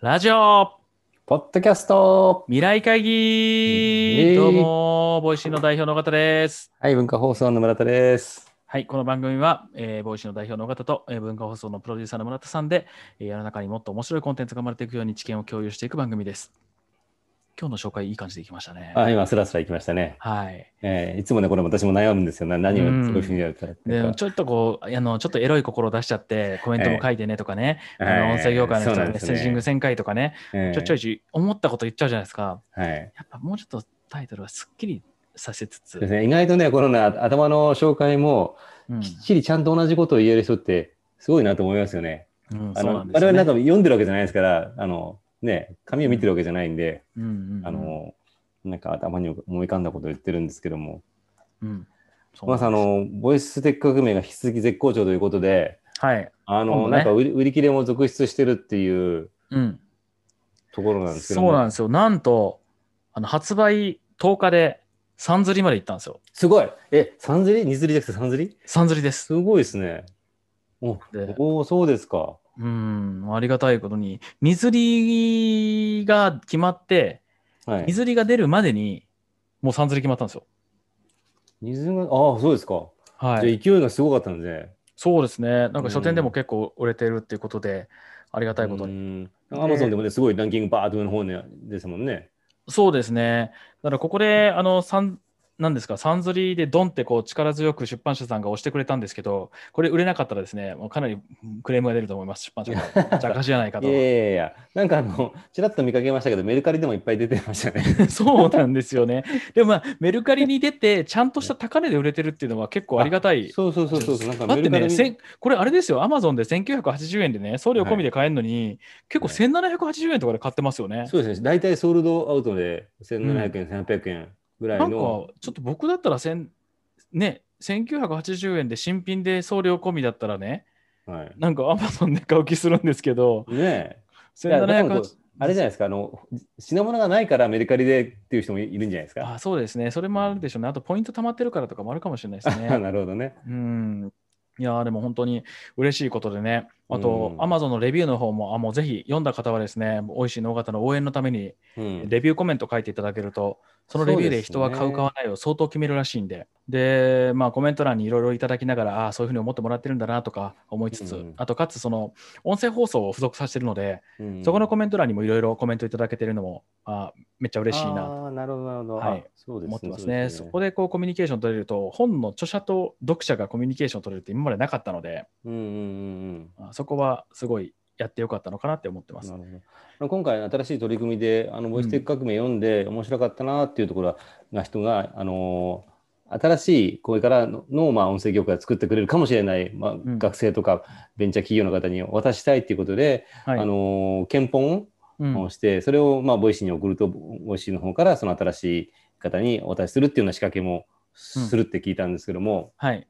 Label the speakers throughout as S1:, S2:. S1: ラジオ
S2: ポッドキャスト
S1: 未来会
S2: え
S1: 議
S2: い
S1: どうも、ボイシーの代表の尾方です。
S2: はい、文化放送の村田です。
S1: はい、この番組は、えーボイシーの代表の尾方と、えー文化放送のプロデューサーの村田さんで、えー世の中にもっと面白いコンテンツが生まれていくように知見を共有していく番組です。今日の紹介、いい感じでいきましたね。
S2: あ、今、スラスラ行きましたね。
S1: はい。
S2: えーいつもね、これ私も悩むんですよ。な何を
S1: うん
S2: そういうふうにやるかってい
S1: で
S2: うか。
S1: ちょっとこうあの、ちょっとエロい心を出しちゃって、コメントも書いてねとかね、あの
S2: はい
S1: 音声業界の人
S2: そう
S1: の
S2: なん
S1: メッ
S2: です
S1: セ
S2: ね
S1: ージング1000回とかね、
S2: えー
S1: ちょいちょいちょい思ったこと言っちゃうじゃないですか。
S2: はい。
S1: やっぱもうちょっとタイトルはすっきりさせつ つ、
S2: ですね、意外とね、このね、頭の紹介も、
S1: うん
S2: きっちりちゃんと同じことを言える人って、すごいなと思いますよね。
S1: うん、
S2: あ
S1: そう
S2: の、
S1: なん
S2: 我
S1: ですよ
S2: 々
S1: ね
S2: なんか読んでるわけじゃないですから、あの、ね、紙を見てるわけじゃないんで、
S1: うんうんうん
S2: あ、の、なんか頭に思い浮かんだことを言ってるんですけども、
S1: うん、そう
S2: まずあ
S1: なんで
S2: の、ボイステック革命が引き続き絶好調ということで、
S1: す、はい、
S2: あ
S1: 今
S2: の、
S1: 度ね
S2: なんか売り売り切れも続出してるっていう
S1: うん、
S2: ところなんですけど
S1: そうなんですよ。なんと、あの発売10日で三釣りまで行ったんですよ。
S2: すごいえ、三釣り二釣りじゃなくて三釣り
S1: 三釣りです。
S2: すごいですね。お
S1: で、
S2: おーそうですか。
S1: うん、ありがたいことに、二釣りが決まって、
S2: は
S1: 二
S2: い。
S1: 釣りが出るまでに、もう三釣り決まったんですよ。
S2: 水が、ああ、そうですか。
S1: は
S2: じゃ
S1: い、
S2: あ勢いがすごかったんですね。
S1: そうですね。なんか書店でも結構売れてるっていうことで、ありがたいことに。
S2: に。アマゾンでもね、すごいランキングバーッと上の方ねですもんね。
S1: そうですね。だからここで、あの、三、なんですか、サンズリーでドンってこう力強く出版社さんが押してくれたんですけど、これ売れなかったらですね、もうかなりクレームが出ると思います、出版社 から。じゃかじゃないか
S2: い
S1: と
S2: や。いやいや、なんかあの、ちらっと見かけましたけど、メルカリでもいっぱい出てました ね。
S1: そうなんですよね。でも、まあ、メルカリに出て、ちゃんとした高値で売れてるっていうのは結構ありがたい。
S2: そうそうそうそう、なんか
S1: だっ
S2: メ
S1: て
S2: ルカリ
S1: ね、
S2: に
S1: せんこれあれですよ、アマゾンで1980円でね、送料込みで買えるのに、結構1780円とかで買ってますよね。
S2: そうですね、大体ソールドアウトで1700円、1800円ぐらい
S1: なんかち
S2: の
S1: ょ。っと僕だったらせん、ね、1980円で新品で送料込みだったらね、
S2: はい
S1: なんかアマゾンで買う気するんですけど、
S2: ねえ。いやでもこ
S1: 1780
S2: うあれじゃないですか、あの、品物がないからメルカリでっていう人もいるんじゃないですか。
S1: あそうですね、それもあるでしょうね。あとポイント貯まってるからとかもあるかもしれないですね。
S2: なるほどね。
S1: うんいやーでも本当に嬉しいことでね、あと
S2: う、ん
S1: アマゾンのレビューの方も、あもうぜひ読んだ方はですね、美味しい農方の応援のために、
S2: うん
S1: レビューコメント書いていただけると、そのレビューで人は買う、買わないを相当決めるらしいんで、で、まあ、コメント欄にいろいろいただきながら、ああ、そういうふうに思ってもらってるんだなとか思いつつ、
S2: うん
S1: あと、かつ、その、音声放送を付属させてるので、
S2: うん
S1: そこのコメント欄にもいろいろコメントいただけてるのも、あーめっちゃ嬉しいなと
S2: あーなるほど、なるほど。
S1: はい
S2: あそうです
S1: 思ってますね。そこでこうコミュニケーション取れると、本の著者と読者がコミュニケーション取れるって今までなかったので、
S2: うんうんうん
S1: あそこはすごいやってよかったのかなって思ってま
S2: うん。
S1: す
S2: な。るほどあの今回、新しい取り組みで、あのボイステック革命読んで、面白かったなっていうところが、人が、あのー新しいこれからのの、まあ、音声業界を作ってくれるかもしれない、まあ、
S1: ん
S2: 学生とかベンチャー企業の方にお渡ししたいっていうことで、
S1: はい。
S2: あのー検本を
S1: うん
S2: をして、それをまあボイシーに送ると、ボイシーの方からその新しい方にお渡しするっていうような仕掛けもするって聞いたんですけども、
S1: はい。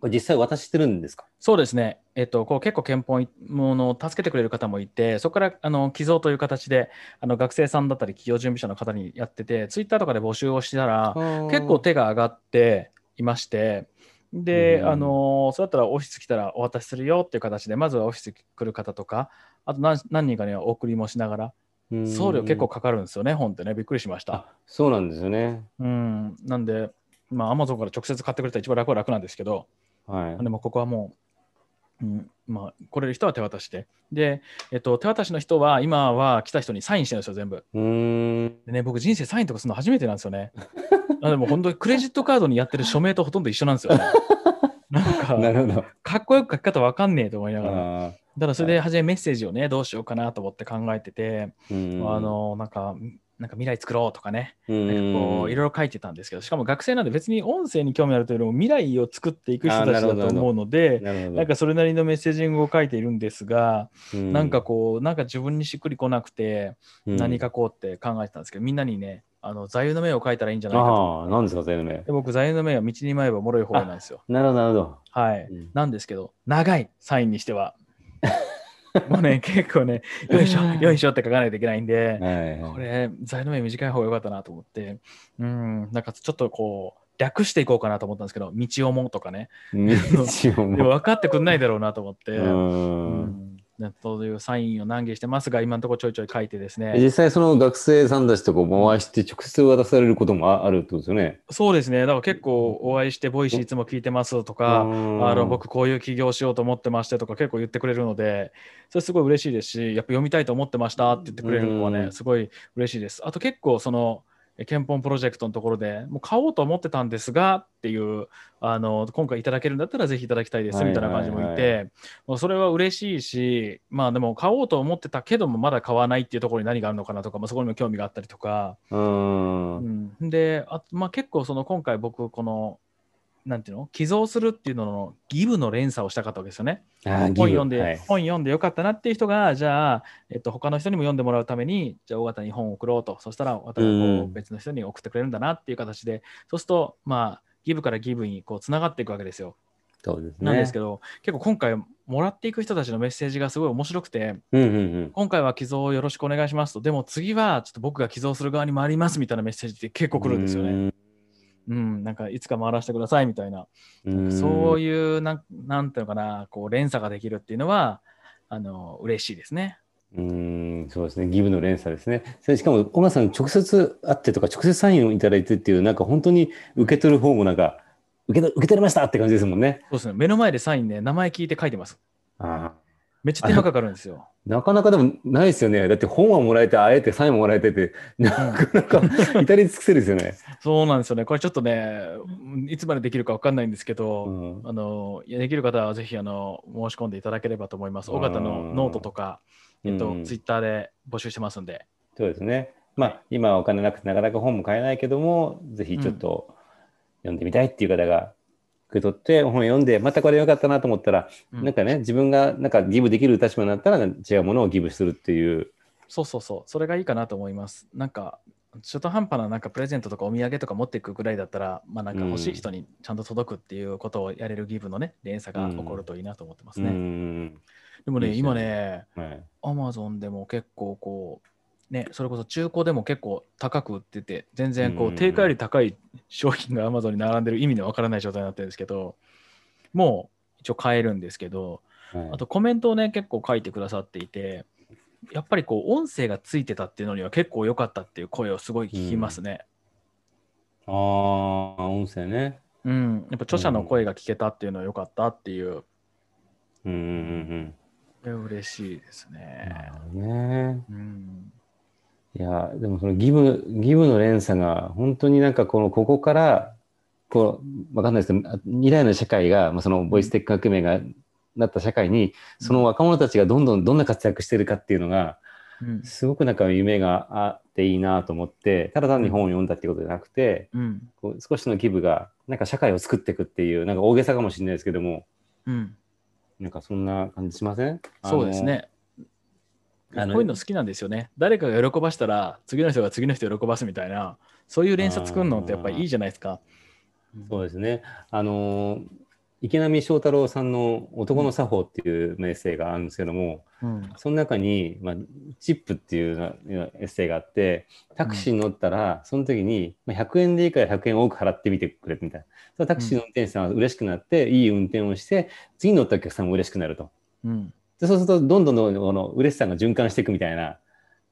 S2: これ実際渡してるんですか
S1: そうですね。えっと、こう結構憲法ものを助けてくれる方もいて、そこからあの寄贈という形で、あの学生さんだったり企業準備者の方にやってて、ツイッターとかで募集をしたら、結
S2: 結
S1: 構手が上がっていまして、で、
S2: うん
S1: あのそうだったらオフィス来たらお渡しするよっていう形で、まずはオフィス来る方とか、あと何何人かにはお送りもしながら、送料結構かかるんですよね、本ってね、びっくりしました。
S2: あそうなんですよね。
S1: うん、なんで、まあ、アマゾンから直接買ってくれたら一番楽は楽なんですけど、
S2: はい。
S1: でもここはもう、うんまあ、来れる人は手渡して、で、えっと、手渡しの人は今は来た人にサインしてるんですよ、全部。
S2: うーん。
S1: でね、僕、人生サインとかするの初めてなんですよ ね。あでも本当にクレジットカードにやってる署名とほとんど一緒なんです よね。な
S2: なん
S1: か、
S2: るほど。
S1: かっこよく書き方わかんねえと思いながら、
S2: あ
S1: ただそれで初めメッセージをね、どうしようかなと思って考えてて、あ
S2: あ、
S1: の、なんか、なんか未来作ろうとかね、
S2: うん
S1: なんかこういろいろ書いてたんですけど、しかも学生なんで別に音声に興味あるというよりも未来を作っていく人たちだと思うので、
S2: なるほど。
S1: なんかそれなりのメッセージングを書いているんですが、
S2: う、
S1: なんかこう、なんか自分にしっくりこなくて、
S2: うん
S1: 何書こうって考えてたんですけど、みんなにね、あの座右の銘を書いたらいいんじゃないかと。
S2: ああ、なんですか、全名
S1: で。僕、座右の銘は道に迷えば脆い方なんですよ。
S2: なるほど、なるほど。
S1: はい。
S2: うん
S1: なんですけど、長いサインにしては。 もうね、結構ね、よいしょ、よいしょって書かないといけないんで、
S2: はいはい
S1: これ、材の面短い方が良かったなと思って、うん、なんかちょっとこう、略していこうかなと思ったんですけど、道をもとかね、
S2: 道を
S1: でも
S2: も。
S1: 分かってくんないだろうなと思って、
S2: う
S1: うん
S2: ん
S1: ねそういうサインを難儀してますが、今のところちょいちょい書いてですね。
S2: 実際その学生さんたちとこう回して直接渡されることもああるってことですよね。
S1: そうですね、だから結構お会いして、ボイシーいつも聞いてますとか、
S2: うん
S1: あの僕、こういう起業しようと思ってましてとか、結構言ってくれるので、それすごい嬉しいですし、やっぱ読みたいと思ってましたって言ってくれるのは
S2: う
S1: ね、
S2: ん
S1: すごい嬉しいです。あと結構、その、え憲法プロジェクトのところでもう買おうと思ってたんですがっていうあの今回いただけるんだったらぜひいただきたいですみたいな感じもい
S2: はい
S1: てもうそれは嬉しいしまあでも買おうと思ってたけどもまだ買わないっていうところに何があるのかなとか、まあ、そこにも興味があったりとか、
S2: うん。
S1: うん、であ、まあ、結構その今回僕このなんていうの寄贈するっていうのの義務の連鎖をしたかったわけですよね。
S2: あー
S1: 本読んで、
S2: はい
S1: 本読んでよかったなっていう人がじゃあ、えっと、他の人にも読んでもらうためにじゃあ大型に本を送ろうとそしたら大型がこう
S2: うん
S1: 別の人に送ってくれるんだなっていう形で、そうするとまあギブからギブにこうつながっていくわけですよ。
S2: そうですね。
S1: なんですけど、結構今回もらっていく人たちのメッセージがすごい面白くて、
S2: うんうんうん。
S1: 今回は寄贈をよろしくお願いしますと、でも次はちょっと僕が寄贈する側に回りますみたいなメッセージって結構来るんですよね。うん、なんかいつか回らせてくださいみたいな、
S2: うん。
S1: そう
S2: いう
S1: いうなん、なんていうのかな、こう連鎖ができるっていうのは、あの嬉しいですね。
S2: うん。うん、そうですね。ギブの連鎖ですね。それしかも、小村さん、直接会ってとか、直接サインをいただいてっていう、なんか本当に受け取る方もなんか、受けと受け取れましたって感じですもんね。
S1: そうですね、目の前でサインね、名前聞いて書いてます。
S2: ああ。
S1: めっちゃ手間かかるんですよ。
S2: なかなかでもないですよね。だって本はもらえて、あえてサインももらえてって、なかなか 至り尽くせるですよね。
S1: そうなんですよね、これちょっとね、いつまでできるか分かんないんですけど、
S2: うん
S1: あのいやできる方はぜひあの申し込んでいただければと思います。
S2: うん
S1: 尾形のノートとか、えっと
S2: うん
S1: ツイッターで募集してますんで、
S2: そうですね。まあ、今はお金なくてなかなか本も買えないけども、ぜひちょっと読んでみたいっていう方が受け取って、本を読んで、またこれ良かったなと思ったら、
S1: うん
S2: なんかね、自分がなんかギブできる立場になったら、違うものをギブするっていう。
S1: そうそうそう、それがいいかなと思います。なんか中途半端ななんかプレゼントとかお土産とか持っていくぐらいだったら、まあ、なんか欲しい人にちゃんと届くっていうことをやれるギブのね、連鎖が起こるといいなと思ってますね。
S2: うん
S1: でもね、
S2: いいですね
S1: 今ね、
S2: はい。
S1: アマゾンでも結構こう、ね、それこそ中古でも結構高く売ってて、全然こ
S2: う
S1: うん定価より高い商品がアマゾンに並んでる意味のわからない状態になってるんですけど、もう一応買えるんですけど、
S2: はい
S1: あとコメントをね、結構書いてくださっていて、やっぱりこう音声がついてたっていうのには結構良かったっていう声をすごい聞きますね。
S2: ああ、音声ね。
S1: うん、やっぱ著者の声が聞けたっていうのは良かったっていう、
S2: うんうん
S1: これ嬉しいです
S2: うんうん。な
S1: ね
S2: る。ほどね。
S1: うん、
S2: いや、でもその義務、義務の連鎖が、本当になんかこの、ここから、こう、わかんないですけど、あ未来の社会が、まあ、そのボイステック革命が、なった社会に、その若者たちがどんどんどんな活躍してるかっていうのが、
S1: うん、
S2: すごくなんか夢があっていいなと思って、ただ単に本を読んだっていうことじゃなくて、
S1: うん、
S2: こう少しの義務が、なんか社会を作っていくっていう、なんか大げさかもしれないですけども、
S1: うん、
S2: なんかそんな感じしません
S1: そうです。ね。
S2: あの
S1: こういうの好きなんですよね。誰かが喜ばしたら、次の人が次の人を喜ばすみたいな、そういう連鎖作るのってやっぱりいいじゃないですか。
S2: あのそうですね。あのー池波正太郎さんの「男の作法」っていうエッセイがあるんですけども、
S1: うん
S2: その中に、まあ、チップっていうなエッセイがあってタクシーに乗ったら、その時にまあ100円でいいから100円多く払ってみてくれみたいなそのタクシーの運転手さんは嬉しくなって、いい運転をして次に乗ったお客さんも嬉しくなると
S1: うん
S2: でそうするとどんどんどんどんこの嬉しさが循環していくみたいな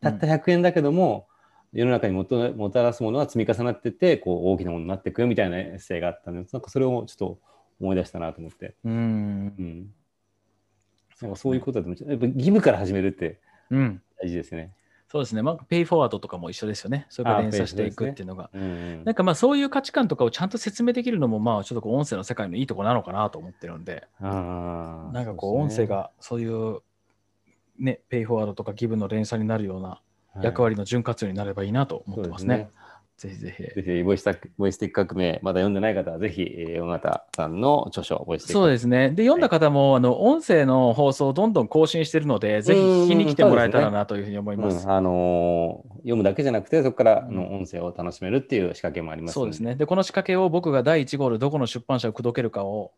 S2: たった100円だけども、世の中にもともたらすものは積み重なってってこう大きなものになっていくよみたいなエッセイがあったのでなんかそれをちょっと思い出したなと思って、
S1: うん
S2: うん、なんかそういうことだと思うやっぱ義務から始めるって
S1: うん
S2: 大事ですね。
S1: そうですね、まあ、ペイフォワードとかも一緒ですよね、それから連鎖していくっていうのが。
S2: うんうん
S1: なんかまあそういう価値観とかをちゃんと説明できるのも、まあちょっとこう音声の世界のいいとこなのかなと思ってるんで、
S2: あー
S1: なんかこう
S2: そ
S1: 音
S2: ですね
S1: 声がそういう、ね、ペイフォワードとかギブの連鎖になるような
S2: はい
S1: 役割の潤滑油になればいいなと思っ
S2: そう
S1: て
S2: で
S1: ますすね
S2: ね。。
S1: ぜひぜひ。
S2: ぜひボイスタックボイステック革命まだ読んでない方はぜひえー尾形さんの著書ボイステック
S1: そうですね。で、読んだ方も、あの音声の放送をどんどん更新してるので、ぜひ聞きに来てもらえたらなというふうに思います
S2: うん。あのー読むだけじゃなくてそこからあ
S1: う
S2: の音声を楽しめるっていう仕掛けもあります
S1: そうですね。で、この仕掛けを僕が第1号でどこの出版社を口説けるかを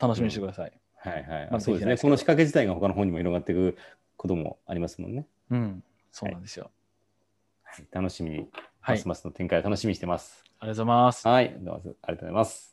S1: 楽しみにしてください。
S2: はいはい。
S1: まあ
S2: あそう
S1: でき
S2: ですね。
S1: てないですけど
S2: この仕掛け自体が他の本にも広がっていくこともありますもんね。
S1: うん、そうなんですよ。
S2: はい楽しみに、
S1: はい、あ
S2: ま
S1: り
S2: す
S1: が
S2: ますの展開を楽しみにしてます。
S1: とうございます。
S2: はい、どうもありがとうございます。